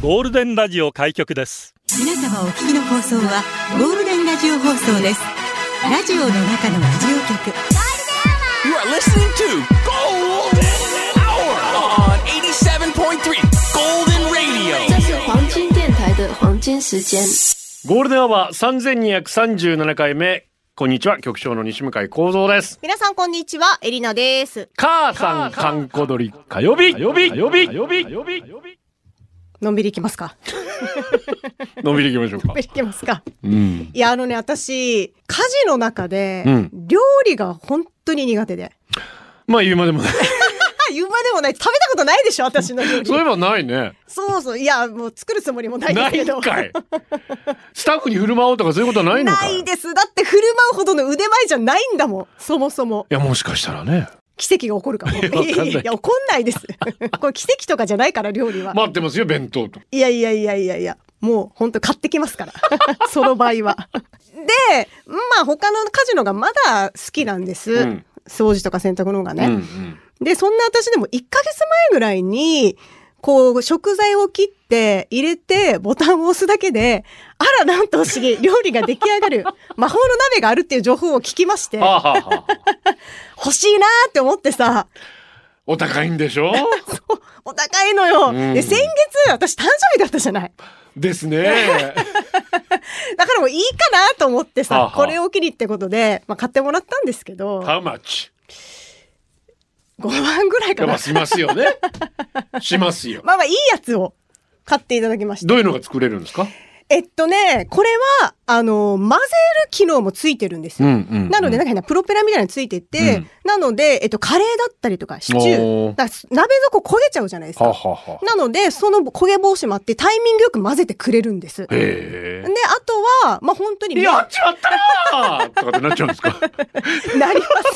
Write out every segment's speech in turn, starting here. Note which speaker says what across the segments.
Speaker 1: ゴールデンラジオ開局です
Speaker 2: 皆様お聞きの放送はゴールデンラジオ放送ですラジオの中のラジオ局
Speaker 3: You are listening to Golden Hour on 87.3 Golden Radio.
Speaker 4: 这是黄金电台的黄金时间。
Speaker 5: ゴールデンアワー三千二百三十七回目。こんにちは、局長の西向井光三です。
Speaker 6: 皆さんこんにちは、エリナです。
Speaker 5: 母さん、かんこどり、火曜日、火曜日、火曜日、火曜日、火曜日。
Speaker 6: のんびりいきますか。
Speaker 5: のんびり行きましょう
Speaker 6: のん
Speaker 5: か
Speaker 6: び。りいきますか。
Speaker 5: うん。
Speaker 6: いや、あのね、私、家事の中で、
Speaker 5: うん
Speaker 6: 料理が本当に苦手で。
Speaker 5: まあ、言うまでもない。
Speaker 6: あ、言うまでもない。食べたことないでしょ、私の料 理。
Speaker 5: そういえばないね。
Speaker 6: そうそう。いや、もう作るつもりもないで
Speaker 5: な
Speaker 6: す
Speaker 5: い
Speaker 6: けど。
Speaker 5: んかい。スタッフに振る舞おうとか、そういうことはないの
Speaker 6: な
Speaker 5: かい。
Speaker 6: い
Speaker 5: い
Speaker 6: です。だって振る舞うほどの腕前じゃないんだもん。そもそも。
Speaker 5: や、もしかしたらね。
Speaker 6: 奇跡が起こるかも。い
Speaker 5: や わかんない
Speaker 6: や、起こんないです。 これ奇跡とかじゃないから、料理は。
Speaker 5: 待ってますよ、弁当と。
Speaker 6: いやいやいやいやいや、もう本当買ってきますから。 その場合は。で、まあ他のカジノがまだ好きなんです。
Speaker 5: うん
Speaker 6: 掃除とか洗濯の方が
Speaker 5: うん、う
Speaker 6: ね、
Speaker 5: ん。
Speaker 6: で、そんな私でも1ヶ月前ぐらいに、こう、食材を切って、入れて、ボタンを押すだけで、あら、なんと不思議、料理が出来上 がる、魔法の鍋があるっていう情報を聞きまして、
Speaker 5: はあ、はあはあ、
Speaker 6: 欲しいなーって思ってさ、
Speaker 5: お高いんでしょ
Speaker 6: お高いのよ。
Speaker 5: うん
Speaker 6: で、先月、私誕生日だったじゃない。
Speaker 5: ですね。
Speaker 6: だからもういいかなと思ってさ、
Speaker 5: はあはあ
Speaker 6: これを機にってことで、まあ、買ってもらったんですけど、
Speaker 5: How much?
Speaker 6: 5万ぐらい
Speaker 5: いや
Speaker 6: か
Speaker 5: ま
Speaker 6: な
Speaker 5: あ。しますよね。しますよ。
Speaker 6: まあまあいいやつを買っていただきました。
Speaker 5: どういうのが作れるんですか。
Speaker 6: えっとね、これは、あの、混ぜる機能もついてるんですよ。
Speaker 5: ん、う
Speaker 6: なので、なんか変なプロペラみたいなのついてて、
Speaker 5: うん
Speaker 6: なので、えっと、カレーだったりとか、シチュ
Speaker 5: おー
Speaker 6: ー、だから鍋底焦げちゃうじゃないです
Speaker 5: は
Speaker 6: か。
Speaker 5: はは。
Speaker 6: なので、その焦げ防止もあって、タイミングよく混ぜてくれるんです。で、
Speaker 5: へ
Speaker 6: あとは、まあ、本当に
Speaker 5: え。
Speaker 6: め、
Speaker 5: や
Speaker 6: な
Speaker 5: っちまったーとかってなっちゃうんですか。
Speaker 6: りま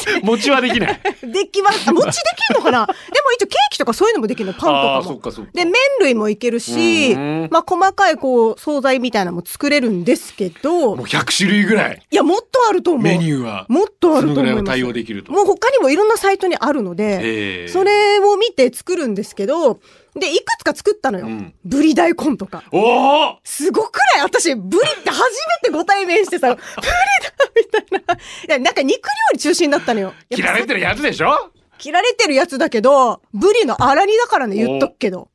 Speaker 6: せ ん。
Speaker 5: 持ちはできない。
Speaker 6: できます。あ餅できんのかなでも一応ケーキとかそういうのもできるの。パ
Speaker 5: ああ
Speaker 6: ン
Speaker 5: ー、
Speaker 6: と
Speaker 5: そっ
Speaker 6: か
Speaker 5: か
Speaker 6: も。
Speaker 5: そっか。
Speaker 6: で、麺類もいけるし、
Speaker 5: うん
Speaker 6: まあ細かいこう、惣菜みたいなのも作れるんですけど、
Speaker 5: もう
Speaker 6: い
Speaker 5: 100種類ぐらい
Speaker 6: や、もっとあると思う。
Speaker 5: メニューは
Speaker 6: もっとあ
Speaker 5: そ
Speaker 6: る
Speaker 5: の
Speaker 6: と
Speaker 5: ぐ
Speaker 6: 思
Speaker 5: らいは
Speaker 6: います。
Speaker 5: 対応できると。
Speaker 6: もう他にもいろんなサイトにあるので、
Speaker 5: ええ。
Speaker 6: そ。れを見て作るんですけど、で、いくつか作ったのよ。
Speaker 5: うん
Speaker 6: ブリ大根とか。
Speaker 5: おお。
Speaker 6: すごくない私、ブリって初めてご対面して さ、ブリだみたいな。いや、なんか肉料理中心だったのよ。やっぱ
Speaker 5: 切られてるやつでしょ。
Speaker 6: 切られてるやつだけど、ブリの荒煮だからね、言っとくけど。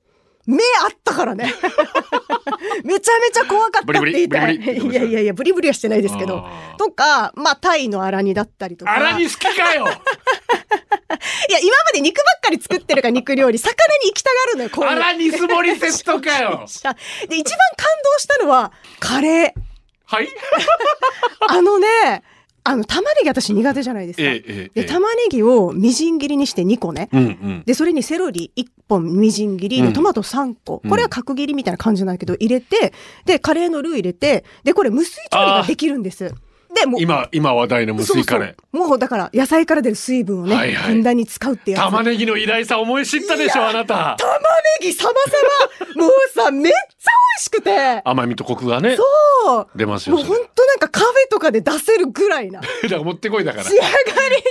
Speaker 6: 目あったか らね。めちゃめちゃ怖かったって言いたい。
Speaker 5: ブリブリブリブリ
Speaker 6: いやいやいや、ブリブリはしてないですけど
Speaker 5: あー。
Speaker 6: とか、まあ、タイの荒煮だったりとか。
Speaker 5: あらに
Speaker 6: い
Speaker 5: 好きか よ。
Speaker 6: や、今まで肉ばっかり作ってるから、肉料理。魚に行きたがるのよ、こういう
Speaker 5: あらにすぼりセットかよ。
Speaker 6: で、一番感動したのは、カレー。
Speaker 5: はい。
Speaker 6: あのね、あの、玉ねぎ私苦手じゃないですか。
Speaker 5: え
Speaker 6: で、玉ねぎをみじん切りにして2個ね。
Speaker 5: うんうん。
Speaker 6: で、それにセロリ1本みじん切り、
Speaker 5: うん
Speaker 6: でトマト3個。
Speaker 5: うん
Speaker 6: これは角切りみたいな感じなんだけど、入れて、で、カレーのルー入れて、で、これ無水調理ができるんです。で、もう。
Speaker 5: 今今話題の無水カレー。
Speaker 6: そうそうもうだから、野菜から出る水分をね、
Speaker 5: はいはい
Speaker 6: ふんだんに使うってやつ。
Speaker 5: 玉ねぎの偉大さ思い知ったでしょあなた。
Speaker 6: 玉ねぎ様 々もうさ、めっちゃ美味しくて。
Speaker 5: 甘みとコクがね
Speaker 6: そう。
Speaker 5: 出ますよ。
Speaker 6: もう
Speaker 5: それ
Speaker 6: ほんとなんかカフェとかで出せるぐ らいな。
Speaker 5: だから持ってこいだから
Speaker 6: 仕。上がり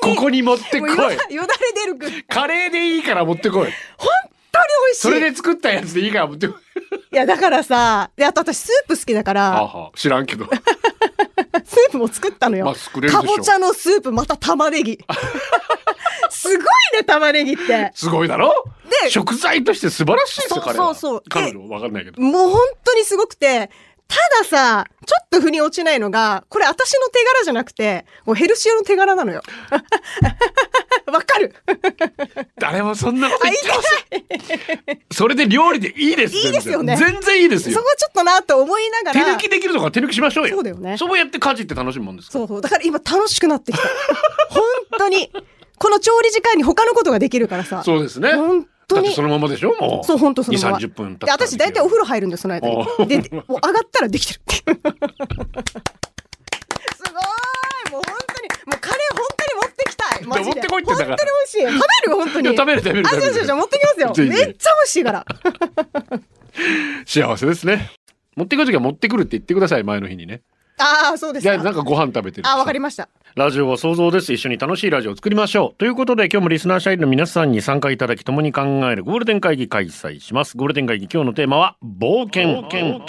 Speaker 5: こ
Speaker 6: に。
Speaker 5: こに持ってこ
Speaker 6: もうよだ
Speaker 5: い。
Speaker 6: よだれ出るぐ らい。
Speaker 5: カレーでいいから持ってこ い。
Speaker 6: 本当に美味しい。
Speaker 5: それで作ったやつでいいから持ってこい。
Speaker 6: いや、だからさ、で、あと私スープ好きだから、
Speaker 5: は知らんけど。
Speaker 6: スープも作ったのよ。
Speaker 5: まあ作れるでしょ
Speaker 6: かぼちゃのスープ、また玉ね ぎ。すごいね、玉ねぎって。
Speaker 5: すごいだろ
Speaker 6: で
Speaker 5: 食材として素晴らしいですよ、
Speaker 6: そう
Speaker 5: 彼は。
Speaker 6: そうそう
Speaker 5: 彼女わかんないけど。
Speaker 6: もう本当にすごくて、たださ、ちょっと腑に落ちないのが、これ私の手柄じゃなくて、もうヘルシオの手柄なのよ。 わかる
Speaker 5: 誰もそんなこと言ってません。それで料理でいいです
Speaker 6: いいですよね
Speaker 5: 全然全然いいです
Speaker 6: そ
Speaker 5: よ
Speaker 6: こ。ちょっとなと思いなが
Speaker 5: 手
Speaker 6: ら。
Speaker 5: 抜きできるとか手抜きしましょうよ。
Speaker 6: そうだよね
Speaker 5: そうやって家事って楽しむもんですから
Speaker 6: そうそう。だから今楽しくなってきた。本当に。この調理時間に他のことができるからさ。
Speaker 5: そうですね。
Speaker 6: 本当に
Speaker 5: だってそのままでしょもう。
Speaker 6: そう、本当そのまま。
Speaker 5: 2、30分経った
Speaker 6: で、
Speaker 5: らでき
Speaker 6: 私
Speaker 5: る
Speaker 6: 大体お風呂入るんだよ、その間
Speaker 5: おう
Speaker 6: に。で、でもう上がったらできてる っていう。すごいもう本当に、もうカレー本当に持ってきたい。マジで。
Speaker 5: 持ってこいってだから
Speaker 6: 本当に美味しい。食べるよ、本当
Speaker 5: い
Speaker 6: に。
Speaker 5: や食べる食べる
Speaker 6: あ、
Speaker 5: 食べる
Speaker 6: じゃじゃじゃ持ってきますよ。
Speaker 5: ぜひぜひ
Speaker 6: めっちゃ美味しいから。
Speaker 5: 幸せですね。持ってくるときは持ってくるって言ってください、前の日にね。
Speaker 6: ああ、そうです
Speaker 5: じゃあ
Speaker 6: か
Speaker 5: なん。かご飯食べてる。
Speaker 6: ああ、わかりました。
Speaker 5: ラジオは想像です。一緒に楽しいラジオを作りましょう。ということで、今日もリスナー社員の皆さんに参加いただき、共に考えるゴールデン会議開催します。ゴールデン会議、今日のテーマは、冒険。冒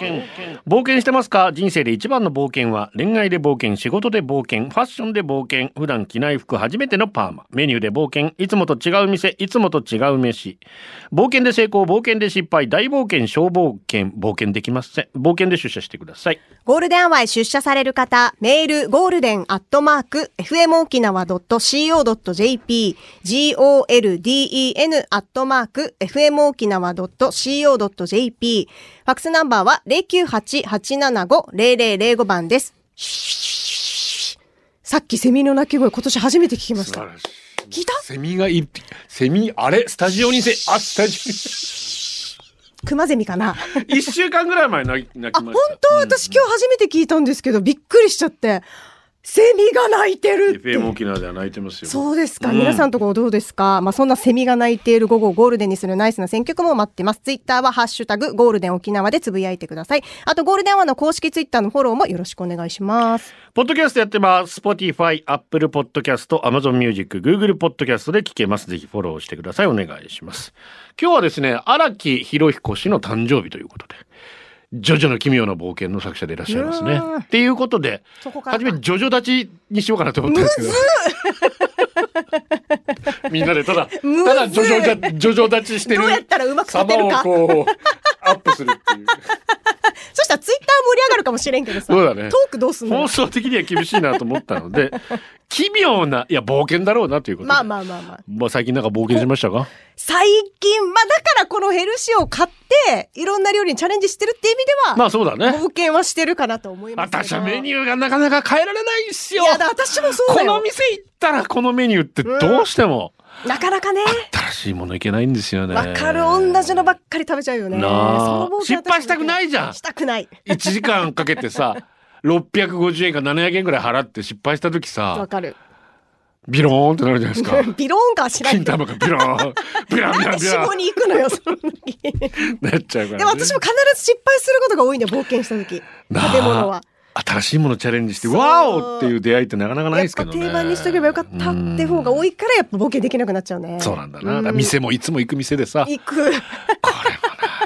Speaker 5: 険してますか人生で一番の冒険は、恋愛で冒険、仕事で冒険、ファッションで冒険、普段着ない服初めてのパーマ、メニューで冒険、いつもと違う店、いつもと違う飯。冒険で成功、冒険で失敗、大冒険、小冒険、冒険できません。冒険で出社してください。
Speaker 6: ゴールデンアワーへ出社される方、メール、ゴールデンアットマーク、fmokinawa.co.jp、golden アットマーク、fmokinawa.co.jp、ファックスナンバーは098-875-0005番です。さっきセミの鳴き声今年初めて聞きました。聞いた
Speaker 5: セミが一匹、セミ、あれスタジオにせ、あ、スタジ
Speaker 6: クマゼミか な
Speaker 5: オに。一週間ぐらい前泣き泣
Speaker 6: あ、
Speaker 5: きまし
Speaker 6: 本当私今日初めて聞いたんですけど、びっくりしちゃって。セミが鳴いて
Speaker 5: た。
Speaker 6: るって。
Speaker 5: FM 沖縄では泣いてますよ。
Speaker 6: そうですか。
Speaker 5: うん
Speaker 6: 皆さんとこどうですか、まあそんなセミが鳴いている午後をゴールデンにするナイスな選曲も待ってます。ツイッターはハッシュタグゴールデン沖縄でつぶやいてください。あとゴールデンアワーの公式ツイッターのフォローもよろしくお願いします。
Speaker 5: ポッドキャストやってます。Spotify、Apple Podcast、Amazon Music、Google Podcast で聞けます。ぜひフォローしてください。お願いします。今日はですね、荒木博彦氏の誕生日ということで、ジョジョの奇妙な冒険の作者でいらっしゃいます
Speaker 6: い
Speaker 5: ね
Speaker 6: やー。
Speaker 5: っていうことで、
Speaker 6: そこから
Speaker 5: 初めジョジョ立ちにしようかなと思ったんですけど。 みんなでただ、
Speaker 6: むずい
Speaker 5: ただジョジョ立ちジョジョ立ちしてる。
Speaker 6: どうやったらうまく立てるか
Speaker 5: 様をこう、アップするっていう。
Speaker 6: そしたらツイッター盛り上がるかもしれんけどさ。
Speaker 5: そうだね
Speaker 6: トークどうすんの
Speaker 5: 放送的には厳しいなと思ったの で、奇妙な、いや、冒険だろうなということで。
Speaker 6: まあまあまあまあ。
Speaker 5: まあ最近なんか冒険しましたか
Speaker 6: 最近、まあだからこのヘルシオを買って、いろんな料理にチャレンジしてるって意味では、
Speaker 5: まあそうだね
Speaker 6: 冒。険はしてるかなと思いますけど。
Speaker 5: 私はメニューがなかなか変えられないんすよ
Speaker 6: いやだ、私もそうだ
Speaker 5: こ
Speaker 6: よ
Speaker 5: の。店行ったらこのメニューってどうしても
Speaker 6: なかなかね。
Speaker 5: 新しいものいけないんですよね。
Speaker 6: わかる同じのばっかり食べちゃうよね。
Speaker 5: なあ
Speaker 6: その冒険は
Speaker 5: 失敗したくないじゃん
Speaker 6: したくない。
Speaker 5: 1時間かけて さ、650円か700円ぐらい払って失敗した時
Speaker 6: わ
Speaker 5: さ、
Speaker 6: かる。
Speaker 5: ビローンってなるじゃないですか。
Speaker 6: ビローンかはしない
Speaker 5: 金
Speaker 6: けど。
Speaker 5: 玉がビローン、ビランビ
Speaker 6: な
Speaker 5: ラ
Speaker 6: ん
Speaker 5: ン
Speaker 6: で
Speaker 5: ビ
Speaker 6: 死
Speaker 5: ラ
Speaker 6: 亡に行くのよ、その時。で
Speaker 5: ンなっちゃうから、ね。
Speaker 6: も私も必ず失敗することが多いんだよ、冒険した時。
Speaker 5: なあ
Speaker 6: 食べ物は。
Speaker 5: 新しいものチャレンジして、
Speaker 6: そう
Speaker 5: ワオっていう出会いってなかなかない
Speaker 6: や
Speaker 5: で
Speaker 6: っ
Speaker 5: すけ
Speaker 6: ぱ
Speaker 5: どね。
Speaker 6: 定番にしとけばよかったって方が多いから、やっぱ冒険できなくなっちゃうね。
Speaker 5: そうなんだな。だ
Speaker 6: うん
Speaker 5: から店もいつも行く店でさ、こ
Speaker 6: 行く。い
Speaker 5: れもな、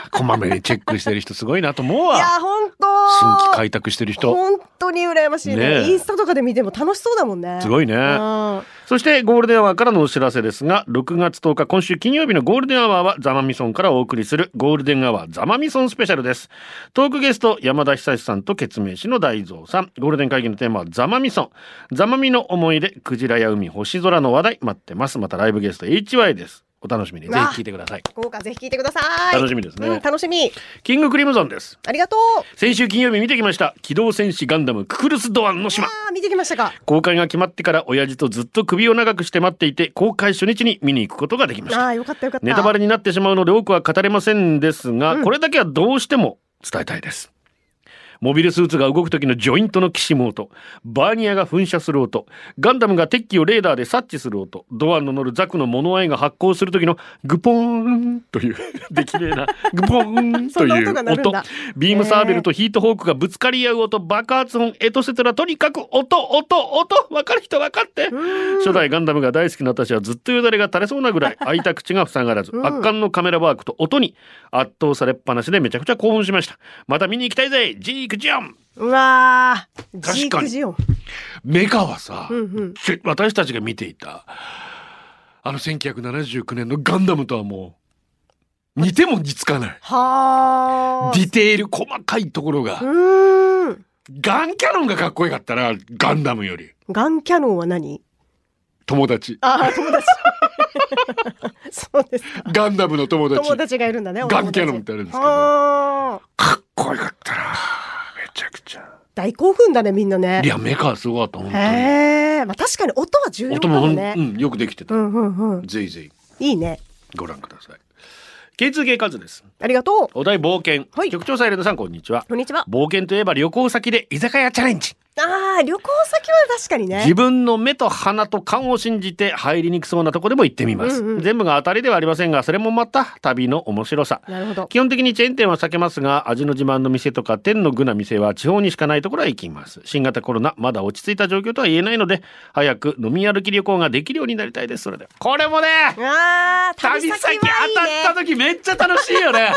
Speaker 5: こまめにチェックしてる人すごいなと思うわ。
Speaker 6: や、ほんと。
Speaker 5: 新規開拓してる人。
Speaker 6: 本当に羨ましい
Speaker 5: ね
Speaker 6: ね。
Speaker 5: え
Speaker 6: インスタとかで見ても楽しそうだもんね。
Speaker 5: すごいね
Speaker 6: うん
Speaker 5: そしてゴールデンアワーからのお知らせですが、6月10日今週金曜日のゴールデンアワーはザマミソンからお送りするゴールデンアワーザマミソンスペシャルです。トークゲスト山田久志さんと決明師の大蔵さん。ゴールデン会議のテーマはザマミソン。ザマミの思い出、クジラや海、星空の話題待ってます。またライブゲスト HY です。お楽しみに。ぜひ聞いてください。
Speaker 6: 豪華ぜひ聞いてください。
Speaker 5: 楽しみですね
Speaker 6: うん楽しみ。
Speaker 5: キングクリムゾンです。
Speaker 6: ありがとう。
Speaker 5: 先週金曜日見てきました機動戦士ガンダムククルス・ドアンの島
Speaker 6: ああ、見てきましたか。
Speaker 5: 公開が決まってから親父とずっと首を長くして待っていて公開初日に見に行くことができまし
Speaker 6: あ
Speaker 5: た
Speaker 6: あ、よかったよかった。
Speaker 5: ネタバレになってしまうので多くは語れませんですが、
Speaker 6: うん
Speaker 5: これだけはどうしても伝えたいですモビルスーツが動く時のジョイントのきしむ音バーニアが噴射する音ガンダムが敵機をレーダーで察知する音ドアンの乗るザクの物合いが発光する時のグポーンというできねえなグポーンと
Speaker 6: そんな
Speaker 5: いう
Speaker 6: 音が鳴るんだ
Speaker 5: ビームサーベルとヒートホークがぶつかり合う音、爆発音、エトセトラ、とにかく音、音、音、分かる人分かって。初代ガンダムが大好きな私はずっとよだれが垂れそうなぐ らい、開いた口が塞がらず、
Speaker 6: ん
Speaker 5: 圧巻のカメラワークと音に圧倒されっぱなしでめちゃくちゃ興奮しました。また見に行きたいぜジークジオン
Speaker 6: うわー
Speaker 5: 確かに
Speaker 6: ジークジオン。
Speaker 5: メカはさ、
Speaker 6: うんうん
Speaker 5: せ私たちが見ていた、あの1979年のガンダムとはもう、似ても似つかない。
Speaker 6: はあ。
Speaker 5: ディテール細かいところが。
Speaker 6: うーん。
Speaker 5: ガンキャノンがかっこよかったな、ガンダムより。
Speaker 6: ガンキャノンは何
Speaker 5: 友達。
Speaker 6: ああ、友達。 そうですか。
Speaker 5: ガンダムの友達。
Speaker 6: 友達がいるんだね。
Speaker 5: ガンキャノンってあるんですけど
Speaker 6: ど。
Speaker 5: かっこよかったな。めちゃくちゃ。
Speaker 6: 大興奮だね、みんなね
Speaker 5: い。や、メカすごかった、本
Speaker 6: へ
Speaker 5: 当
Speaker 6: え。まあ確かに音は
Speaker 5: に。
Speaker 6: 重要
Speaker 5: 音
Speaker 6: だ
Speaker 5: も
Speaker 6: も
Speaker 5: ほ
Speaker 6: ん
Speaker 5: ん、
Speaker 6: ね
Speaker 5: う。ん、よくできて
Speaker 6: う
Speaker 5: た。
Speaker 6: んうんうん。
Speaker 5: ぜひぜひ、
Speaker 6: いいね。
Speaker 5: ご覧ください。K2K カズです。
Speaker 6: ありがとう。
Speaker 5: お題冒険。
Speaker 6: はい
Speaker 5: 局長さん、エレナさん、こんにちは。
Speaker 6: こんにちは。
Speaker 5: 冒険といえば旅行先で居酒屋チャレンジ。
Speaker 6: あああ、旅行先は確かにね。
Speaker 5: 自分の目と鼻と勘を信じて入りにくそうなとこでも行ってみます、
Speaker 6: うんうん
Speaker 5: 全部が当たりではありませんがそれもまた旅の面白さ
Speaker 6: なるほど。
Speaker 5: 基本的にチェーン店は避けますが味の自慢の店とか天の具な店は地方にしかないところは行きます新型コロナまだ落ち着いた状況とは言えないので早く飲み歩き旅行ができるようになりたいですそれではこれもね
Speaker 6: ああ、旅
Speaker 5: 旅
Speaker 6: 先
Speaker 5: 先
Speaker 6: はいいね。
Speaker 5: 当たった時めっちゃ楽しいよ ね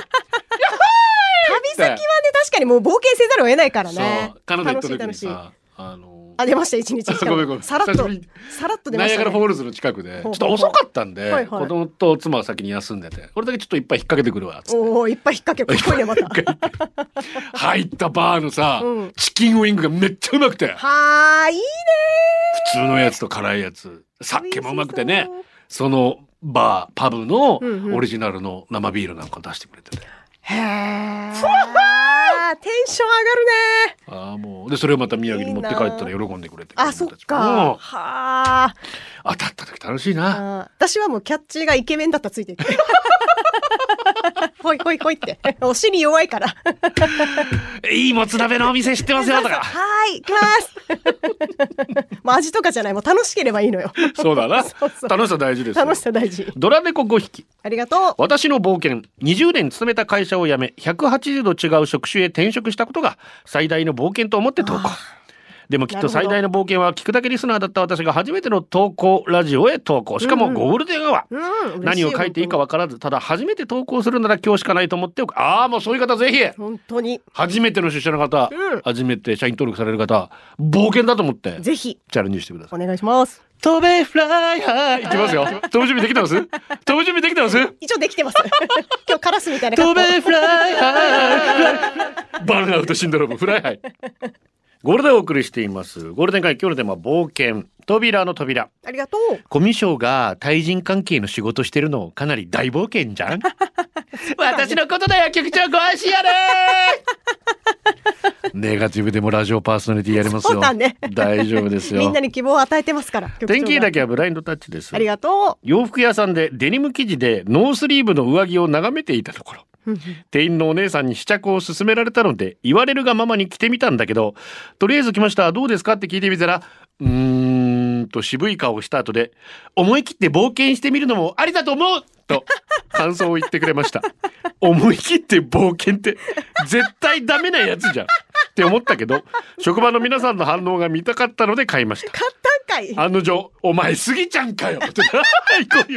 Speaker 6: 旅先はね、確かにもう冒険せざるを得ないからね。
Speaker 5: そうカナダ行った
Speaker 6: 楽し
Speaker 5: 時
Speaker 6: い
Speaker 5: に
Speaker 6: 楽しい。
Speaker 5: さあの
Speaker 6: あ、出ました、一日しかも
Speaker 5: ごめんごめん
Speaker 6: さらっ
Speaker 5: 久し
Speaker 6: と
Speaker 5: ぶりに、
Speaker 6: さらっと出ま
Speaker 5: ナイ
Speaker 6: し
Speaker 5: アガ
Speaker 6: た、
Speaker 5: ラフォ
Speaker 6: ね。
Speaker 5: ールズの近くでち
Speaker 6: ほ
Speaker 5: ょ
Speaker 6: うほうほう
Speaker 5: っと遅かったんで、
Speaker 6: はいはい
Speaker 5: 子供と妻は先に休んでて俺だけちょっといっぱい引っ掛けてくるわっつって
Speaker 6: おお、いっぱい引っ掛け、ここね、また。
Speaker 5: 入ったバーのさ、
Speaker 6: うん
Speaker 5: チキンウィングがめっちゃうまくて
Speaker 6: はーい、いいね
Speaker 5: 普通のやつと辛いやつ酒もうまくてね
Speaker 6: 美味し
Speaker 5: そのバーパブの
Speaker 6: うんうん
Speaker 5: オリジナルの生ビールなんか出してくれてて、
Speaker 6: そう。へえ。テンション上が
Speaker 5: あ
Speaker 6: るね。
Speaker 5: あもうでそれをまた宮城に持って帰ったら喜んでくれて
Speaker 6: あ、そっ
Speaker 5: 子供たちもう
Speaker 6: か。は
Speaker 5: ん
Speaker 6: あ
Speaker 5: 当たった時楽しいな
Speaker 6: あー。私はもうキャッチーがイケメンだったらついてい く。ほいほいほいって。お尻弱いから。
Speaker 5: いいもつ鍋のお店知ってますよ とか
Speaker 6: はーい、行きます。 もう味とかじゃない、もう楽しければいいのよ。
Speaker 5: そうだな
Speaker 6: そうそう
Speaker 5: 楽しさ大事ですよ
Speaker 6: 楽しさ大事。
Speaker 5: ドラ猫5匹
Speaker 6: ありがとう。
Speaker 5: 私の冒険20年勤めた会社を辞め180度違う職種へ転職したことが最大の冒険と思って投稿でもきっと最大の冒険は聞くだけリスナーだった私が初めての投稿ラジオへ投稿しかもゴールデンアワー、
Speaker 6: うん、
Speaker 5: 何を書いていいか
Speaker 6: は。
Speaker 5: 分からずただ初めて投稿するなら今日しかないと思っておくああもうそういう方ぜひ
Speaker 6: 本当に。
Speaker 5: 初めての出社の方、
Speaker 6: うん
Speaker 5: 初めて社員登録される方冒険だと思って
Speaker 6: ぜひ、
Speaker 5: チャレンジしてください
Speaker 6: お願いします。
Speaker 5: 飛べフライハイいきますよ飛ぶ準備できてます飛ぶ準備できてます
Speaker 6: 一応でき てます。今日カラスみたいな
Speaker 5: 飛
Speaker 6: 格好。
Speaker 5: べフライハイ バーンアウトシンドロームフライハイゴールデンをお送りしていますゴールデン会今日のテーマは冒険扉の扉
Speaker 6: ありがとう。
Speaker 5: コミュ障が対人関係の仕事してるのかなり大冒険じゃん 私のことだよ局長ご安心やね ネガティブでもラジオパーソナリティやりますよ
Speaker 6: そうだね
Speaker 5: 大丈夫ですよ
Speaker 6: みんなに希望を与えてますから。局長が
Speaker 5: 天気だけはブラインドタッチです
Speaker 6: ありがと
Speaker 5: 洋服屋さんでデニム生地でノースリーブの上着を眺めていたところ
Speaker 6: う。うん
Speaker 5: 店員のお姉さんに試着を勧められたので言われるがままに着てみたんだけどとりあえず来ましたどうですかって聞いてみたらうーんと渋い顔をした後で思い切って冒険してみるのもありだと思うと感想を言ってくれました思い切って冒険って絶対ダメなやつじゃんって思ったけど職場の皆さんの反応が見たかったので買いました
Speaker 6: 簡単かい。
Speaker 5: 案の定「お前スギちゃんかよ」 って大好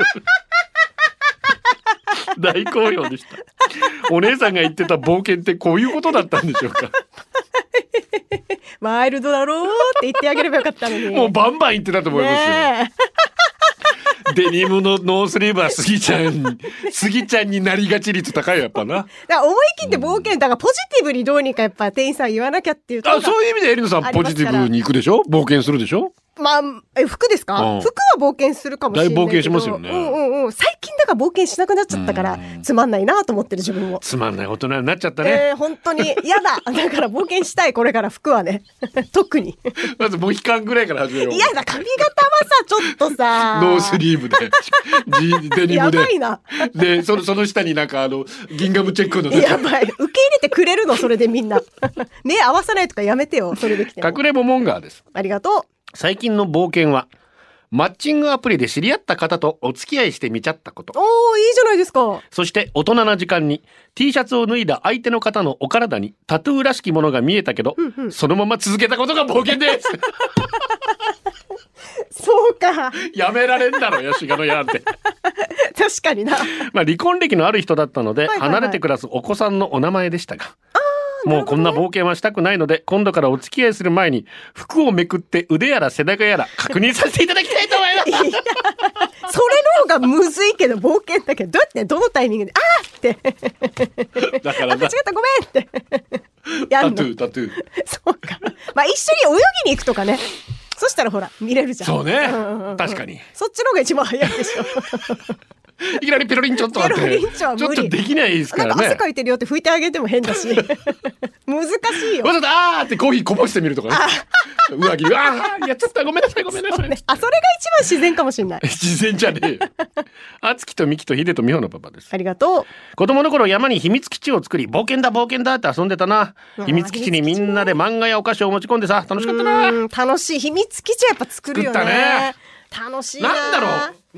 Speaker 5: 評大好評でしたお姉さんが言ってた冒険ってこういうことだったんでしょうか
Speaker 6: ワイルドだろうって言ってあげればよかったのに。
Speaker 5: もうバンバン言ってたと思いますよ、
Speaker 6: ね
Speaker 5: デニムのノースリーブはスギちゃ んスギちゃんになりがち率高いよやっぱな
Speaker 6: えだから思い切って冒険だからポジティブにどうにかやっぱ店員さん言わなきゃっていうとこ
Speaker 5: あ
Speaker 6: が
Speaker 5: そういう意味でエリノさんポジティブに行くでしょ冒険するでしょ
Speaker 6: まあ、え服ですか、
Speaker 5: うん
Speaker 6: 服は冒険するかもしれないけど。
Speaker 5: 大冒険しますよね
Speaker 6: うんうんうん。最近だから冒険しなくなっちゃったから、つまんないなと思ってる自分も。
Speaker 5: つまんない大人になっちゃったね、
Speaker 6: えー、本当に 嫌だ。だから冒険したい、これから服はね。 特に。
Speaker 5: まずモヒカンぐらいから始めよう
Speaker 6: 嫌だ、髪型はさ、ちょっとさ。
Speaker 5: ノースリー ブでジデニムで
Speaker 6: やばいな。
Speaker 5: でそのその下になんかあのギンガムチェックのなんか
Speaker 6: やばい。受け入れてくれるの、それで みんな。目合わさないとかやめてよ、それで来ても。
Speaker 5: 隠れモモンガーです
Speaker 6: ありがと
Speaker 5: 最近の冒険はマッチングアプリで知り合った方とお付き合いしてみちゃったこ
Speaker 6: う。
Speaker 5: と
Speaker 6: おー、いいじゃないですか。
Speaker 5: そして大人な時間に T シャツを脱いだ相手の方のお体にタトゥーらしきものが見えたけど、
Speaker 6: うんうん
Speaker 5: そのまま続けたことが冒険です
Speaker 6: そうか。
Speaker 5: やめられんだろ吉賀のやんって
Speaker 6: 確かにな。
Speaker 5: まあ離婚歴のある人だったので、
Speaker 6: いはいはい
Speaker 5: 離れて暮らすお子さんのお名前でしたがもうこんな冒険はしたくないので今度からお付き合いする前に服をめくって腕やら背中やら確認させていただきたいと思います
Speaker 6: それの方がむずいけど冒険だけどどうやってどのタイミングで「あー!」って
Speaker 5: だか
Speaker 6: 「あ
Speaker 5: ら
Speaker 6: 間違
Speaker 5: な
Speaker 6: ったごめん!」ってや
Speaker 5: タ
Speaker 6: ん
Speaker 5: ト
Speaker 6: の
Speaker 5: ゥータトゥー
Speaker 6: そうかまあ一緒に泳ぎに行くとかねそしたらほら見れるじゃん
Speaker 5: そうね、
Speaker 6: んうんうん
Speaker 5: 確かに
Speaker 6: そっちの方が一番早いで しょ
Speaker 5: いきなりペロリンちょっと待って
Speaker 6: ペロリンチョは無
Speaker 5: ちょっ
Speaker 6: 理
Speaker 5: とできないですか
Speaker 6: なん
Speaker 5: ら
Speaker 6: か汗
Speaker 5: ね
Speaker 6: かいてるよっ て拭いてあげても変だし難しいよ
Speaker 5: わざとあーってコーヒーこぼしてみるとかね上着、ああ、やっちゃった、ごめんなさい、ごめんなさい。
Speaker 6: あ、それが一番自然かもしれない。
Speaker 5: 自然じゃね えよ。敦貴と美希と秀と美穂のパパです。
Speaker 6: ありがとう。
Speaker 5: 子供の頃山に秘密基地を作り冒険だ冒険だって遊んでたな
Speaker 6: うわ
Speaker 5: 秘密基地にみんなで漫画やお菓子を持ち込んでさ楽しかったな
Speaker 6: うん楽しい秘密基地はやっぱ作るよね
Speaker 5: 作ったね
Speaker 6: 楽しいな
Speaker 5: なんだろ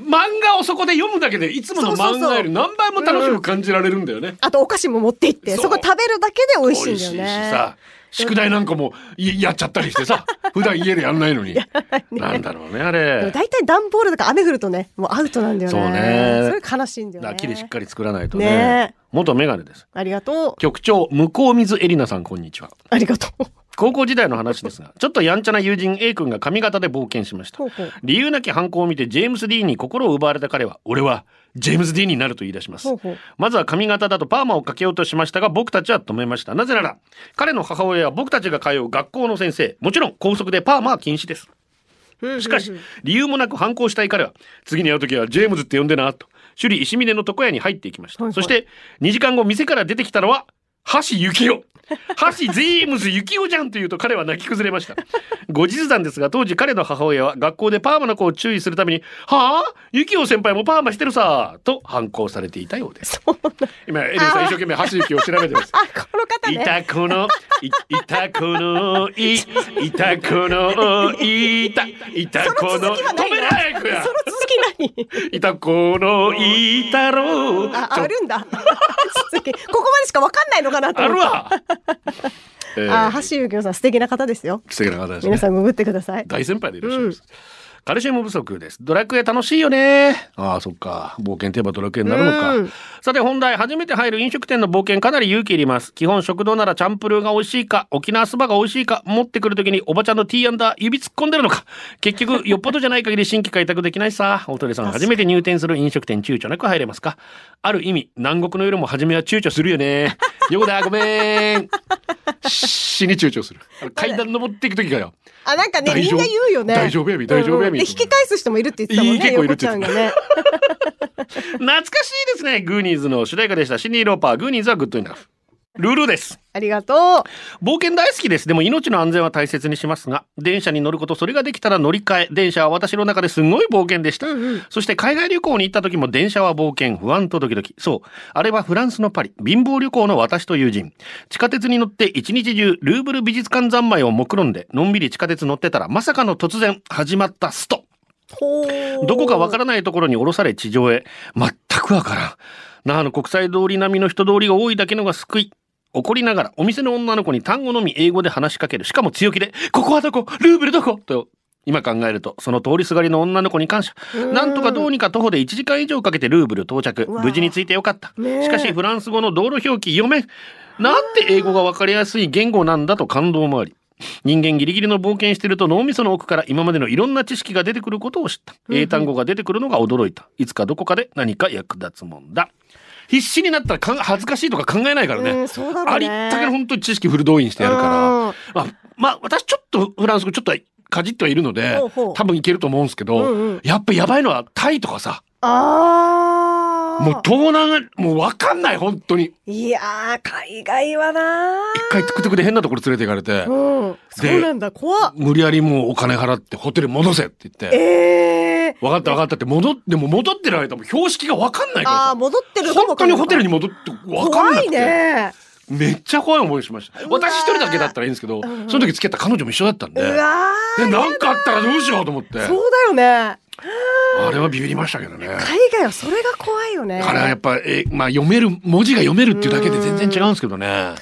Speaker 5: う漫画をそこで読むだけでいつもの漫画より何倍も楽しく感じられるんだよね
Speaker 6: あとお菓子も持って行って
Speaker 5: そう
Speaker 6: そこ食べるだけで美味しいんだ
Speaker 5: 美
Speaker 6: よ
Speaker 5: 味しいし
Speaker 6: ね
Speaker 5: さ宿題なんかもいやっちゃったりして さ普段家でやんないのになんだろうねあ
Speaker 6: でも
Speaker 5: れ
Speaker 6: 大体段ボールとか雨降るとねもうアウトなんだよね
Speaker 5: そうね
Speaker 6: それが悲しいんだよね
Speaker 5: 木でしっかり作らないとね
Speaker 6: ね
Speaker 5: 元メガネです
Speaker 6: ありがとう
Speaker 5: 局長向こう水エリナさんこんにちは
Speaker 6: ありがとう
Speaker 5: 高校時代の話です がちょっとやんちゃな友人 A 君が髪型で冒険しました
Speaker 6: ほうほう
Speaker 5: 理由なき犯行を見てジェームス・ディーンに心を奪われた彼は俺はジェームス・ディーンになると言い出します
Speaker 6: ほうほう
Speaker 5: まずは髪型だとパーマをかけようとしましたが僕たちは止めましたなぜなら彼の母親は僕たちが通う学校の先生もちろん校則でパーマは禁止ですしかし理由もなく反抗したい彼は次に会う時はジェームズって呼んでなと首里石峰の床屋に入っていきました、
Speaker 6: はいはい
Speaker 5: そして2時間後店から出てきたのは橋幸夫橋ジェームズ幸夫じゃんと言うと彼は泣き崩れました後日談ですが当時彼の母親は学校でパーマの子を注意するために「はあ幸夫先輩もパーマしてるさ」と反抗されていたようです
Speaker 6: そうなん
Speaker 5: 今エレンさん一生懸命橋幸夫を調べてます
Speaker 6: あこの方
Speaker 5: い
Speaker 6: ね
Speaker 5: たこの、い、いたこの、い、いたこの、いた、いたこの、
Speaker 6: その続きはな
Speaker 5: 止
Speaker 6: いな
Speaker 5: めないくや
Speaker 6: その。続き何
Speaker 5: いたこの、いたろう。
Speaker 6: ああるんだ続きここまでしかわかんないのかなと
Speaker 5: あ
Speaker 6: 思
Speaker 5: る
Speaker 6: って
Speaker 5: わ。えー
Speaker 6: あ橋幸夫さん素敵な方ですよ
Speaker 5: 素敵な方ですね
Speaker 6: 皆。さんググってください
Speaker 5: 大先輩でいらっしゃいます。カルシウム不足です。ドラクエ楽しいよね。ああ、そっか。冒険といえばドラクエになるのか。
Speaker 6: うん
Speaker 5: さて本題、初めて入る飲食店の冒険かなり勇気いります。基本食堂ならチャンプルーが美味しいか、沖縄そばが美味しいか、持ってくるときにおばちゃんのティーアンダー指突っ込んでるのか。結局、よっぽどじゃない限り新規開拓できないしさ。大鳥さん、初めて入店する飲食店躊躇なく入れますかある意味、南国の夜も初めは躊躇するよね。よこだ、ごめん。死に躊躇する。あの階段登っていくときがよ。
Speaker 6: あなんかね
Speaker 5: 大
Speaker 6: み
Speaker 5: 丈
Speaker 6: ん
Speaker 5: 夫
Speaker 6: な言うよね
Speaker 5: 大丈夫やび大丈夫やび
Speaker 6: で引き返す人もいるって言ってたもん
Speaker 5: い
Speaker 6: ね
Speaker 5: い結構いるっ
Speaker 6: 横
Speaker 5: て
Speaker 6: ち
Speaker 5: 言
Speaker 6: ゃ
Speaker 5: っ
Speaker 6: ん
Speaker 5: て
Speaker 6: が
Speaker 5: た
Speaker 6: ね
Speaker 5: 懐かしいですね。グーニーズの主題歌でした。シンディ・ローパー、グーニーズはグッドインナフ。ルールです。
Speaker 6: ありがと
Speaker 5: 冒険大好きです。でも命の安全は大切にしますが、電車に乗ること、それができたら乗り換え。電車は私の中ですごい冒険でした。そして海外旅行に行った時も電車は冒険、不安と時々。そう。あれはフランスのパリ、貧乏旅行の私と友人。地下鉄に乗って一日中、ルーブル美術館三昧を目論んで、のんびり地下鉄乗ってたら、まさかの突然、始まったスト。
Speaker 6: うほう
Speaker 5: どこかわからないところに降ろされ地上へ。全くわからん。那覇の国際通り並みの人通りが多いだけのが救い。怒りながらお店の女の子に単語のみ英語で話しかける。しかも強気で、ここはどこルーブルどこと。今考えると、その通りすがりの女の子に感謝。なんとかどうにか徒歩で1時間以上かけてルーブル到着。
Speaker 6: うわ
Speaker 5: 無事に着いてよかった。
Speaker 6: ねえ
Speaker 5: しかしフランス語の道路表記読めん。なんて英語がわかりやすい言語なんだと感動もあり。人間ギリギリの冒険してると脳みその奥から今までのいろんな知識が出てくることを知った。英単語が出てくるのが驚いた。いつかどこかで何か役立つもんだ。必死になったらかん恥ずかしいとか考えないからね。
Speaker 6: うんそうだろうね
Speaker 5: ありったけの本当に知識フル動員してやるから。まあ、まあ、私ちょっとフランス語ちょっとかじってはいるので
Speaker 6: ほうほう
Speaker 5: 多分いけると思うんですけど、
Speaker 6: うんうん
Speaker 5: やっぱやばいのはタイとかさ
Speaker 6: ああ
Speaker 5: もう東南アもう分かんない本当に
Speaker 6: いやー海外はな
Speaker 5: 一回トゥクトゥクで変なところ連れて行かれて、
Speaker 6: うんそうなんだ怖っ
Speaker 5: 無理やりもうお金払ってホテル戻せって言って
Speaker 6: ええー、
Speaker 5: 分かった分かったって戻っても戻ってる間も標識が分かんない
Speaker 6: あー
Speaker 5: か
Speaker 6: 戻って
Speaker 5: ら
Speaker 6: る
Speaker 5: さ本当にホテル
Speaker 6: に
Speaker 5: に戻って分かんな
Speaker 6: 怖
Speaker 5: く
Speaker 6: い
Speaker 5: て、
Speaker 6: ね
Speaker 5: めっちゃ怖い思いしました
Speaker 6: うわー
Speaker 5: 私一人だけだったらいいんですけど、
Speaker 6: ん
Speaker 5: その時付き合った彼女も一緒だったんで
Speaker 6: うわ
Speaker 5: でなんかあったらどうしようと思って
Speaker 6: ーそうだよね
Speaker 5: あれはビビりましたけどね。
Speaker 6: 海外はそれが怖いよね
Speaker 5: あれはやっぱ、えまあ、読める文字が読めるっていうだけで全然違うんですけどね。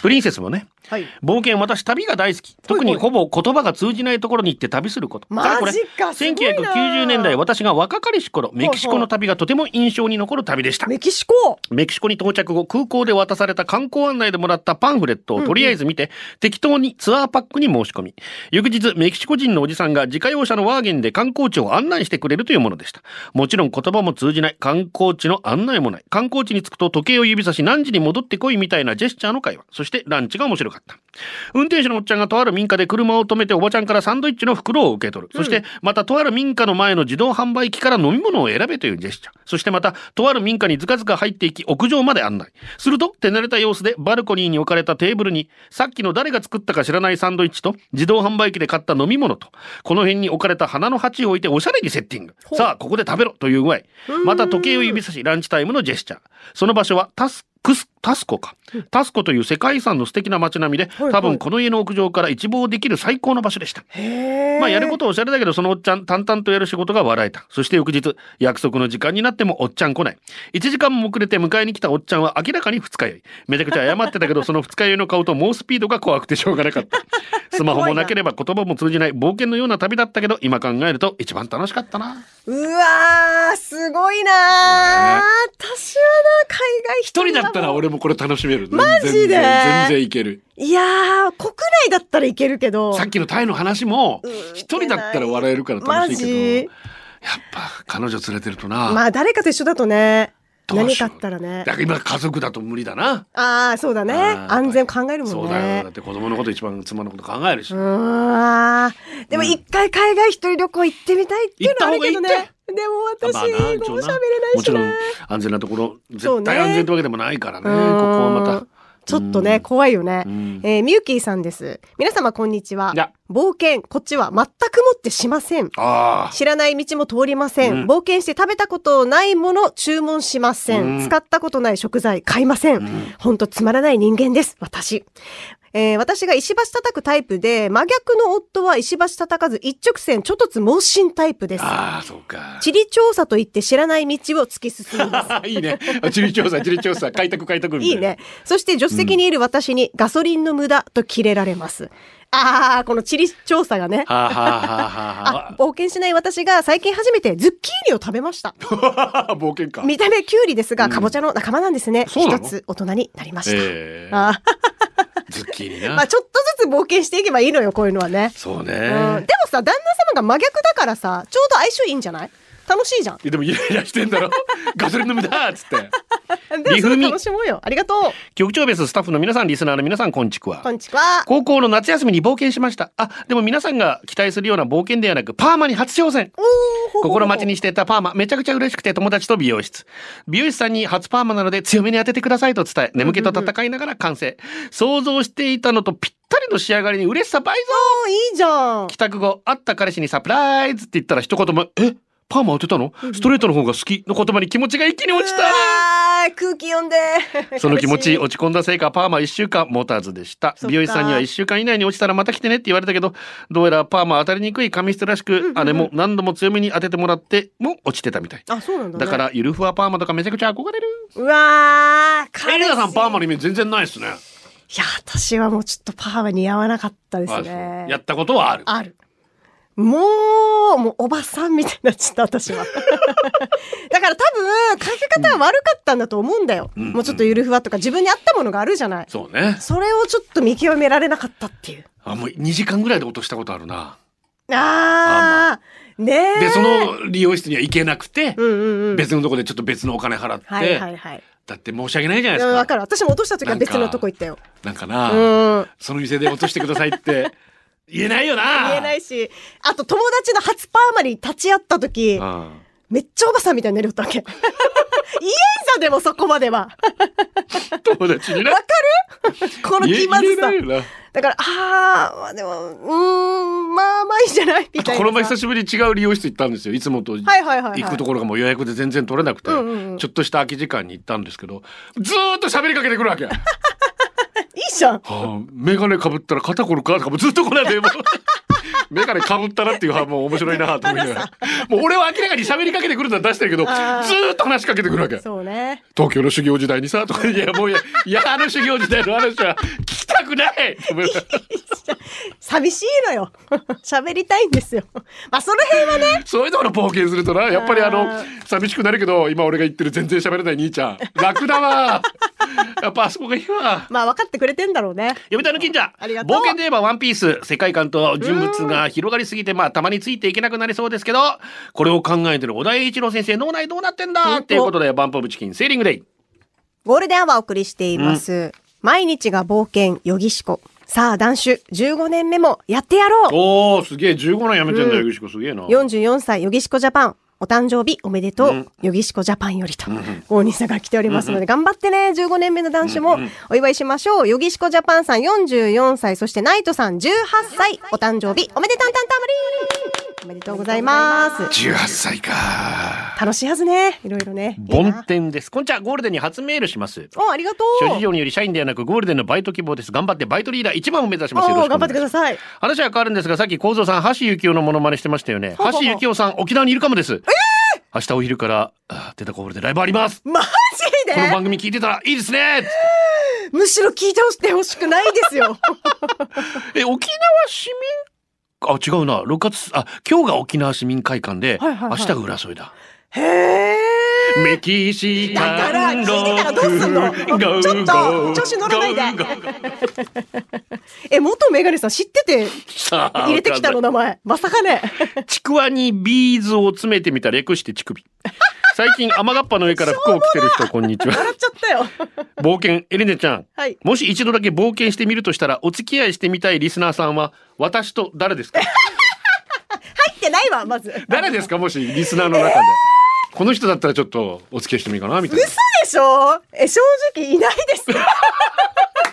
Speaker 5: プリンセスもね
Speaker 6: はい
Speaker 5: 冒険私旅が大好き特にほぼ言葉が通じないところに行って旅すること
Speaker 6: マジか
Speaker 5: これ
Speaker 6: すごいな
Speaker 5: 1990年代私が若かりし頃メキシコの旅がとても印象に残る旅でした
Speaker 6: メキシコ
Speaker 5: メキシコに到着後、空港で渡された観光案内でもらったパンフレットをとりあえず見て、適当にツアーパックに申し込み、翌日、メキシコ人のおじさんが自家用車のワーゲンで観光地を案内してくれるというものでした。もちろん言葉も通じない、観光地の案内もない、観光地に着くと時計を指さし何時に戻ってこいみたいなジェスチャーの会話、そしてランチが面白かっった運転手のおっちゃんがとある民家で車を止めておばちゃんからサンドイッチの袋を受け取る、そしてまたとある民家の前の自動販売機から飲み物を選べというジェスチャーそしてまたとある民家にずかずか入っていき屋上まで案内すると手慣れた様子でバルコニーに置かれたテーブルにさっきの誰が作ったか知らないサンドイッチと自動販売機で買った飲み物とこの辺に置かれた花の鉢を置いておしゃれにセッティング
Speaker 6: ほう
Speaker 5: さあここで食べろという具合また時計を指差しランチタイムのジェスチャーその場所はタスクスタスコかタスコという世界遺産の素敵な街並みで
Speaker 6: いはい
Speaker 5: 多分この家の屋上から一望できる最高の場所でした
Speaker 6: へえ。
Speaker 5: まあやることはおしゃれだけどそのおっちゃん淡々とやる仕事が笑えたそして翌日約束の時間になってもおっちゃん来ない1時間も遅れて迎えに来たおっちゃんは明らかに二日酔いめちゃくちゃ謝ってたけ どその二日酔いの顔と猛スピードが怖くてしょうがなか ったスマホもなければ言葉も通じない冒険のような旅だったけど今考えると一番楽しかったな
Speaker 6: うわー、すごいなー。私はな、海外
Speaker 7: 一人だったら俺もこれ楽しめる。マ
Speaker 6: ジで
Speaker 7: 全然全然いける。
Speaker 6: いやー、国内だったらいけるけど。
Speaker 7: さっきのタイの話も一人だったら笑えるから楽しいけど
Speaker 6: マジ、
Speaker 7: やっぱ彼女連れてるとな。
Speaker 6: まあ、誰かと一緒だとね、
Speaker 7: どう
Speaker 6: 何
Speaker 7: しよ
Speaker 6: かあ
Speaker 7: う
Speaker 6: ったらね
Speaker 7: だ。から今家族だと無理だな。
Speaker 6: ああ、そうだね。
Speaker 7: あー
Speaker 6: 安全考えるも
Speaker 7: そ
Speaker 6: ん
Speaker 7: うだよ。
Speaker 6: ね
Speaker 7: だっ。て子供のこと一番妻のこと考えるし
Speaker 6: う。ーん。でも一回海外一人旅行行ってみたいっていうのはあるけどね
Speaker 7: 行った方がいい。
Speaker 6: でも私、
Speaker 7: まあな
Speaker 6: 英語も喋れない
Speaker 7: もち
Speaker 6: し
Speaker 7: ろん
Speaker 6: ね。
Speaker 7: 安全なところ
Speaker 6: そう
Speaker 7: 絶
Speaker 6: ね
Speaker 7: 対安全ってわけでもないからねここ
Speaker 6: うん
Speaker 7: はまた
Speaker 6: ちょっとね、怖いよね。
Speaker 7: ん
Speaker 6: えー、みゆきーさんです。皆様こんにちは
Speaker 7: や。
Speaker 6: 冒険、こっちは全くもってしません。
Speaker 7: ああ
Speaker 6: 知らない道も通りません。
Speaker 7: うん
Speaker 6: 冒険して食べたことないもの注文しません。
Speaker 7: うん
Speaker 6: 使ったことない食材買いません。
Speaker 7: ん
Speaker 6: ほんとつまらない人間です。私。えー私が石橋叩くタイプで、真逆の夫は石橋叩かず一直線、ちょっとつ盲信タイプです。
Speaker 7: ああそうか
Speaker 6: 地理調査といって知らない道を突き進みます。
Speaker 7: いいね地理調査地理調査開拓開拓み
Speaker 6: い
Speaker 7: た
Speaker 6: い
Speaker 7: いな
Speaker 6: ね。そして助手席にいる私にガソリンの無駄とキレられます。ああ、この地理調査がね。
Speaker 7: はあはあはあは
Speaker 6: あ、冒険しない私が最近初めてズッキーニを食べました。
Speaker 7: あ はあ冒険か
Speaker 6: 見た目キュウリですが、かぼちゃの仲間なんですね。
Speaker 7: そうな
Speaker 6: 一
Speaker 7: の
Speaker 6: つ大人になりました。
Speaker 7: ええ
Speaker 6: あ
Speaker 7: ズッキーニ
Speaker 6: まあ
Speaker 7: な
Speaker 6: ちょっとずつ冒険していけばいいのよ、こういうのはね。
Speaker 7: そう
Speaker 6: うん、
Speaker 7: ね
Speaker 6: でもさ、旦那様が真逆だからさ、ちょうど相性いいんじゃない楽しいじゃん。
Speaker 7: いやでもイライラしてん だろガソリン飲みだっつって
Speaker 6: でも
Speaker 5: リ
Speaker 6: そ
Speaker 5: フミ
Speaker 6: れ楽しもうよ。ありがとう。
Speaker 5: 局長ベーススタッフの皆さんリスナーの皆さんこんちくわ
Speaker 6: こんにちは。
Speaker 5: 高校の夏休みに冒険しましたあでも皆さんが期待するような冒険ではなくパーマに初挑戦
Speaker 6: おーほほほ
Speaker 5: 心待ちにしていたパーマめちゃくちゃ嬉しくて友達と美容室美容師さんに初パーマなので強めに当ててくださいと伝え眠気と戦いながら完成想像していたのとぴったりの仕上がりに嬉しさ倍増
Speaker 6: おーいいじゃん。
Speaker 5: 帰宅後会った彼氏にサプライズって言ったら一言も「えパーマ当てたのストレートの方が好き」の言葉に気持ちが一気に落ち
Speaker 6: うわ
Speaker 5: た
Speaker 6: ー空 気読んで。
Speaker 5: その気持ち
Speaker 6: 嬉しい
Speaker 5: 落ち込んだせいかパーマ1週間持たずでした
Speaker 6: そっか
Speaker 5: 美容師さんには1週間以内に落ちたらまた来てねって言われたけどどうやらパーマ当たりにくい髪質らしくあれも何度も強めに当ててもらっても落ちてたみたい
Speaker 6: あ、そうなんだ、ね。
Speaker 5: だからゆるふわパーマとかめちゃくちゃ憧れる
Speaker 6: うわー、彼
Speaker 7: エ
Speaker 6: 氏
Speaker 7: リナさんパーマのイメージ全然ないですね
Speaker 6: いや、私はもうちょっとパーは似合わなかったで
Speaker 7: あ
Speaker 6: す
Speaker 7: そう
Speaker 6: ね。
Speaker 7: やったことはある
Speaker 6: ある。もう、もうおばさんみたいになっちゃった、私は。だから多分、かけ方は悪かったんだと思うんだよ。もうちょっとゆるふわとか自分に合ったものがあるじゃない。
Speaker 7: そうね
Speaker 6: それをちょっと見極められなかったっていう。
Speaker 7: あもう2時間ぐらいで落としたことあるな
Speaker 6: あー、ねえ。
Speaker 7: でそ、の理容室には行けなくて
Speaker 6: うんうんうん。
Speaker 7: 別のとこでちょっと別のお金払って、
Speaker 6: はいはいはい。
Speaker 7: だって申し訳ないじゃな
Speaker 6: う
Speaker 7: い
Speaker 6: ん
Speaker 7: ですか。
Speaker 6: わかる。私も落とした時は別のとこ行ったよ。
Speaker 7: なんか
Speaker 6: う
Speaker 7: な、
Speaker 6: ん。
Speaker 7: その店で落としてください って言えないよな。
Speaker 6: 言えないし、あと友達の初パーマに立ち会った時、
Speaker 7: うん
Speaker 6: めっちゃおばさんみたいになりよ ったわけ。言えんさでもそこまでは。
Speaker 7: 友達にな。
Speaker 6: この
Speaker 7: 言え
Speaker 6: 気まずさ
Speaker 7: 言え。ないよな
Speaker 6: だから、あー、まあでも、うーん、まあまあいいじゃないみ
Speaker 7: あと
Speaker 6: たいなさ。
Speaker 7: この前久しぶりに違う理容室行ったんですよ。いつもと
Speaker 6: はいはいはいはい
Speaker 7: 行くところがもう予約で全然取れなくて、
Speaker 6: うんうんうん
Speaker 7: ちょっとした空き時間に行ったんですけど、ずーっと喋りかけてくるわけ。はい
Speaker 6: いじゃん。
Speaker 7: あ、メガネかぶったら肩こるかとかもずっとこないでも うメガネかぶったらっていうはもう面白いなと思い ながら。もう俺は明らかに喋りかけてくるのは出してるけど、ず
Speaker 6: あー
Speaker 7: ーっと話しかけてくるわけ。
Speaker 6: そうね。
Speaker 7: 東京の修行時代にさとかいや もういやいやあの修行時代の話は聞きたくない ごめんなさい
Speaker 6: 寂しいのよ。 喋りたいんですよ。まあその辺はね、
Speaker 7: そういうところ冒険するとなやっぱりあの
Speaker 6: あ
Speaker 7: 寂しくなるけど今俺が言ってる全然喋れない兄ちゃん楽だわ やっぱあそこがいいわ
Speaker 6: まあ分かってくれてんだろうね。
Speaker 5: 読谷の近所
Speaker 6: ありがとう
Speaker 5: 冒険といえばワンピース世界観と人物が広がりすぎてまあたまについていけなくなりそうですけどこれを考えてる小田栄一郎先生脳内どうなってんだ
Speaker 6: 本当
Speaker 5: っていうことでバンプオブチキンセーリングデイ
Speaker 6: ゴールデンアワーお送りしています。毎日が冒険、ヨギシコ。さあ、男子15年目もやってやろう
Speaker 7: おー、すげえ、15年やめてんだ、
Speaker 6: うん
Speaker 7: よぎしこ、すげえな。
Speaker 6: !44 歳、よぎしこジャパン。お誕生日おめでとう、
Speaker 7: うん
Speaker 6: よぎしこジャパンよりと、大西さんが来ておりますので、頑張ってね、15年目の男子もお祝いしましょう。よぎしこジャパンさん44歳、そしてナイトさん18歳、お誕生日おめでたんたんたまりんおめでとうございます。
Speaker 7: 18歳か。
Speaker 6: 楽しいはずね、いろいろね。いい
Speaker 5: 梵
Speaker 6: な
Speaker 5: 天です。こんちは、ゴールデンに初メールします。
Speaker 6: お、ありがとう
Speaker 5: 諸事情により社員ではなくゴールデンのバイト希望です。頑張ってバイトリーダー一番を目指します。よろ
Speaker 6: お
Speaker 5: しくお
Speaker 6: 頑張
Speaker 5: 願
Speaker 6: っ
Speaker 5: い
Speaker 6: て
Speaker 5: し
Speaker 6: く
Speaker 5: ま
Speaker 6: だ
Speaker 5: す。
Speaker 6: さい。
Speaker 5: 話は変わるんですが、さっき構造さん、橋幸夫のモノマネしてましたよね。
Speaker 6: ほうほう
Speaker 5: 橋幸夫さん、沖縄にいるかもです。明日お昼から、あ出たコールでライブあります。
Speaker 6: マジ
Speaker 5: この
Speaker 6: で
Speaker 5: 番組聞いてたらいいですね。
Speaker 6: むしろ聞いてほしってほしくないですよ。
Speaker 5: え、沖縄市民あ、違うな。6月、あ、今日が沖縄市民会館で、
Speaker 6: はいはいはい
Speaker 5: 明日が浦添だ。
Speaker 6: へえ。
Speaker 5: メキシ
Speaker 6: だ
Speaker 5: カ
Speaker 6: から聞
Speaker 5: ン
Speaker 6: いてたらどうすんの
Speaker 5: ロック
Speaker 6: ちょっと調子乗らないで
Speaker 5: ゴーゴー
Speaker 6: え、元メガネさん知ってて
Speaker 5: さあ
Speaker 6: 入れてきたの
Speaker 5: わか
Speaker 6: 名前。まさかね。
Speaker 5: んないちくわにビーズを詰めてみた略して乳首。最近雨がっぱの上から服を着てる人、こんにちは。
Speaker 6: 笑っちゃったよ。
Speaker 5: 冒険、エレネちゃん。
Speaker 6: はい。
Speaker 5: もし一度だけ冒険してみるとしたら、お付き合いしてみたいリスナーさんは、私と誰ですか
Speaker 6: 入ってないわ、まず。
Speaker 7: 誰ですか、もし、リスナーの中で。この人だったらちょっとお付き合いしてもいいかなみたいな
Speaker 6: 嘘。でしょえ、正直いないです。 いやえ、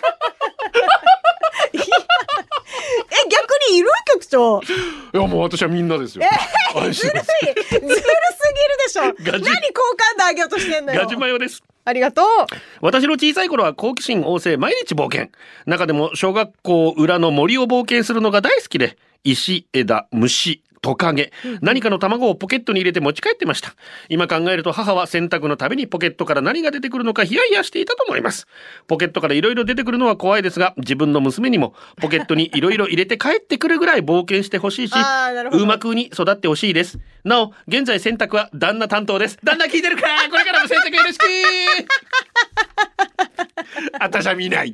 Speaker 6: 逆にいる局長。ず
Speaker 7: いやもう私はみんなですよ。愛して
Speaker 6: る
Speaker 7: ま
Speaker 6: い
Speaker 7: す。。
Speaker 6: ずるすぎるでしょ。何
Speaker 5: ガ
Speaker 6: 好
Speaker 5: ジ
Speaker 6: 感度上げようとしてんの
Speaker 5: ガ
Speaker 6: よ
Speaker 5: ジ。マヨです。
Speaker 6: ありがとう。
Speaker 5: 私の小さい頃は好奇心旺盛毎日冒険中でも小学校裏の森を冒険するのが大好きで石枝虫トカゲ何かの卵をポケットに入れて持ち帰ってました今考えると母は洗濯のたびにポケットから何が出てくるのかヒヤヒヤしていたと思いますポケットからいろいろ出てくるのは怖いですが自分の娘にもポケットにいろいろ入れて帰ってくるぐらい冒険してほしいし
Speaker 6: あーなるほど
Speaker 5: うまくに育ってほしいですなお現在洗濯は旦那担当です旦那聞いてるかこれからも洗濯よろしく
Speaker 7: 私は見 ない。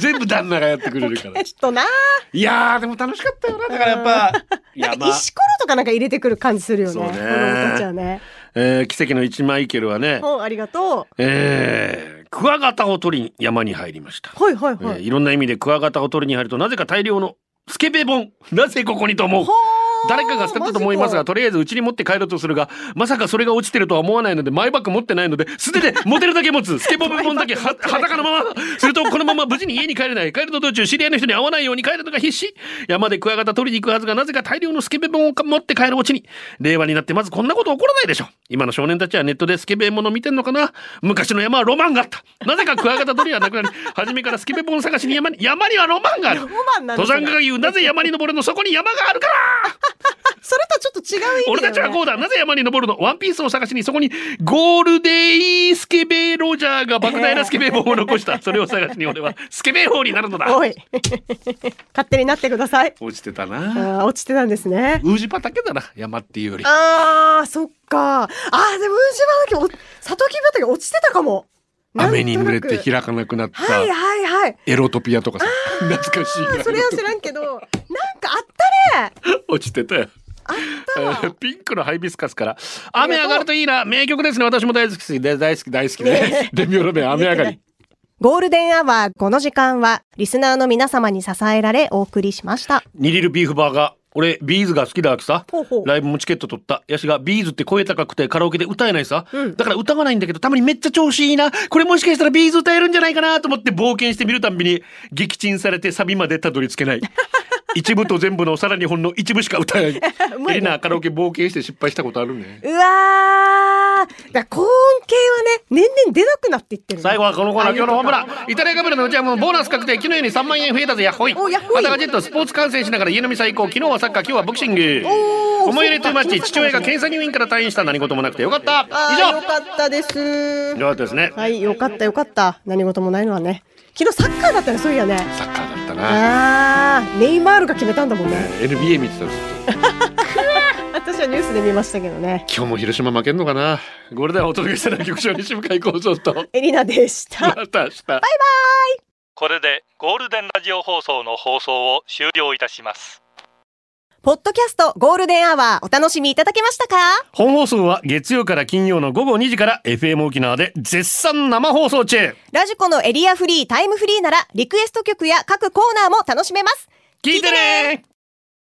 Speaker 7: 全部旦那がやってくれるから
Speaker 6: え、。ちょっとな。
Speaker 7: いやーでも楽しかったよな。だからやっぱ、山。
Speaker 6: 石ころとかなんか入れてくる感じするよね。
Speaker 5: そうね
Speaker 6: 子供たちはね。
Speaker 5: えー奇跡の一マイケルはね、
Speaker 6: もうありがと
Speaker 5: えークワガタを取りに山に入りました、
Speaker 6: う。はいはい
Speaker 5: い
Speaker 6: はい。
Speaker 5: えーいろんな意味でクワガタを取りに入るとなぜか大量のスケベ本なぜここにと思う誰かが捨てたと思いますが
Speaker 6: マジか
Speaker 5: とりあえずうちに持って帰ろうとするがまさかそれが落ちてるとは思わないのでマイバッグ持ってないので素手でモデルだけ持 つスケボー本だけは裸のままするとこのまま無事に家に帰れない帰る途中知り合いの人に会わないように帰るのが必死山でクワガタ取りに行くはずがなぜか大量のスケベ本を持って帰るうちに令和になってまずこんなこと起こらないでしょ今の少年たちはネットでスケベもの見てんのかな昔の山はロマンがあったなぜかクワガタ取りはなくなり初めからスケベ本探しに山に山にはロマンがある
Speaker 6: ロマンなんだ
Speaker 5: 登
Speaker 6: それ
Speaker 5: 山家が言うなぜ山に登るのそこに山があるから
Speaker 6: それとちょっと違う意味
Speaker 5: 俺
Speaker 6: だよ、ね。
Speaker 5: たちはこうだなぜ山に登るのワンピースを探しにそこにゴールデイスケベロジャーが莫大なスケベ本を残 したそれを探しに俺はスケベ法になるのだ
Speaker 6: おい。 勝手になってください。
Speaker 7: 落ちてた
Speaker 6: あ
Speaker 7: な。
Speaker 6: ー落ちてたんですね。
Speaker 7: 宇治畑だな、山っていうより。
Speaker 6: あー、そっか。あー、でも、宇治畑、お里木畑落ちてたかも。なんとな
Speaker 7: 雨
Speaker 6: く
Speaker 7: に濡れて開かなくなった
Speaker 6: はいはいはい。
Speaker 7: エロトピアとかさ、懐かしい
Speaker 6: あーそれは知らんけど、なんかあったね。
Speaker 5: 落ちてたよえー ピンクのハイビスカスから雨上がるといいな名曲ですね私も大好きで大好き大好きで
Speaker 7: デミオロメン雨上がり。
Speaker 6: ゴールデンアワー、この時間は、リスナーの皆様に支えられ、お送りしました。
Speaker 5: ニリルビーフバーガー俺ビーズが好きだわけさ
Speaker 6: ほうほう
Speaker 5: ライブもチケット取ったヤシがビーズって声高くてカラオケで歌えないさ、
Speaker 6: うん
Speaker 5: だから歌わないんだけどたまにめっちゃ調子いいなこれもしかしたらビーズ歌えるんじゃないかなと思って冒険してみるたんびに撃沈されてサビまでたどり着 けない一部と全部のさらにほんの一部しか歌えない
Speaker 6: うまいね
Speaker 5: エレナカラオケ冒険して失
Speaker 7: 失敗したことあるね。
Speaker 6: うわー。だから高音系はね、年々出なくなっていってるね。
Speaker 5: 最後はこのコーナー今日のホームランイタリアカメラのうちはもうボーナス確定昨日より3万円増えたぜやっほい
Speaker 6: おやっほい
Speaker 5: またガジェットスポーツ観戦しながら家飲み最高昨日はサッカー今日はボクシング
Speaker 6: おー
Speaker 5: 思い入れと言いまして
Speaker 6: そうか
Speaker 5: 父親が検査入院から退院した何事もなくてよかった以
Speaker 6: あー、
Speaker 5: 上
Speaker 6: よかったです。
Speaker 5: よかったですね
Speaker 6: はい、よかったよかった。何事もないのはね。昨日サッカーだったね、そういやね。
Speaker 7: サッカーだったな。
Speaker 6: あー、ネイマールが決めたんだもんね。
Speaker 7: NBA 見てたんです
Speaker 6: 私はニュースで見ましたけどね。
Speaker 7: 今日も広島負けんのかな
Speaker 5: ゴールデンをお届けしたのは局長西向井幸三と
Speaker 6: エリナでした。
Speaker 5: また明日
Speaker 1: これでゴールデンラジオ放送の放送を終了いたします
Speaker 6: ポッドキャストゴールデンアワーお楽しみいただけましたか
Speaker 5: 本放送は月曜から金曜の午後2時から FM 沖縄で絶賛生放送中
Speaker 6: ラジコのエリアフリー、タイムフリーならリクエスト曲や各コーナーも楽しめます。
Speaker 5: 聞いてね